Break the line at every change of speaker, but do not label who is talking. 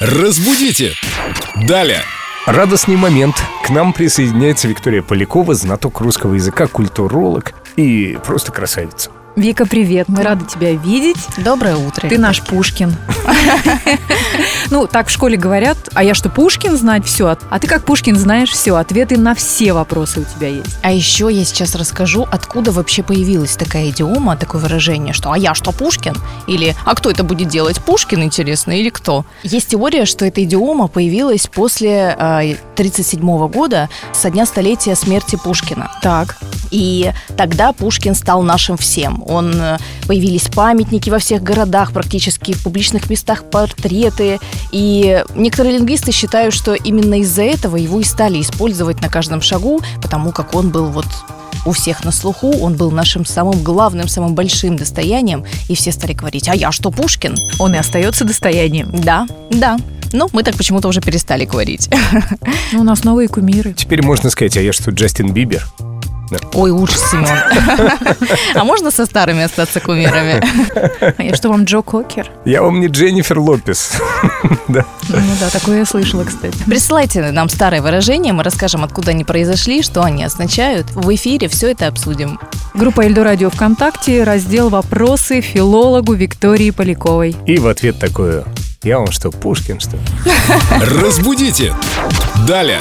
Разбудите! Далее!
Радостный момент. К нам присоединяется Виктория Полякова, знаток русского языка, культуролог и просто красавица.
Вика, привет. Мы рады тебя видеть.
Доброе утро.
Ты наш Пушкин. Ну, так в школе говорят, а я что, Пушкин знать все? А ты как Пушкин знаешь все, ответы на все вопросы у тебя есть.
А еще я сейчас расскажу, откуда вообще появилась такая идиома, такое выражение, что «а я что, Пушкин?» или «а кто это будет делать, Пушкин, интересно, или кто?» Есть теория, что эта идиома появилась после 1937 года со дня столетия смерти Пушкина.
Так.
И тогда Пушкин стал нашим всем. Он э, появились памятники во всех городах, практически в публичных местах портреты. И некоторые лингвисты считают, что именно из-за этого его и стали использовать на каждом шагу, потому как он был вот у всех на слуху, он был нашим самым главным, самым большим достоянием, и все стали говорить, а я что, Пушкин?
Он и остается достоянием.
Да, да. Но мы так почему-то уже перестали говорить.
Ну, у нас новые кумиры.
Теперь можно сказать, а я что, Джастин Бибер?
Да. Ой, ужас, Семен. А можно со старыми остаться кумирами?
А я что, вам Джо Кокер?
Я вам не Дженнифер Лопес.
да. Ну да, такое я слышала, кстати.
Присылайте нам старые выражения, мы расскажем, откуда они произошли, что они означают. В эфире все это обсудим.
Группа Эльдо Радио ВКонтакте, раздел «Вопросы» филологу Виктории Поляковой.
И в ответ такое. Я вам что, Пушкин, что ли?
Разбудите! Далее!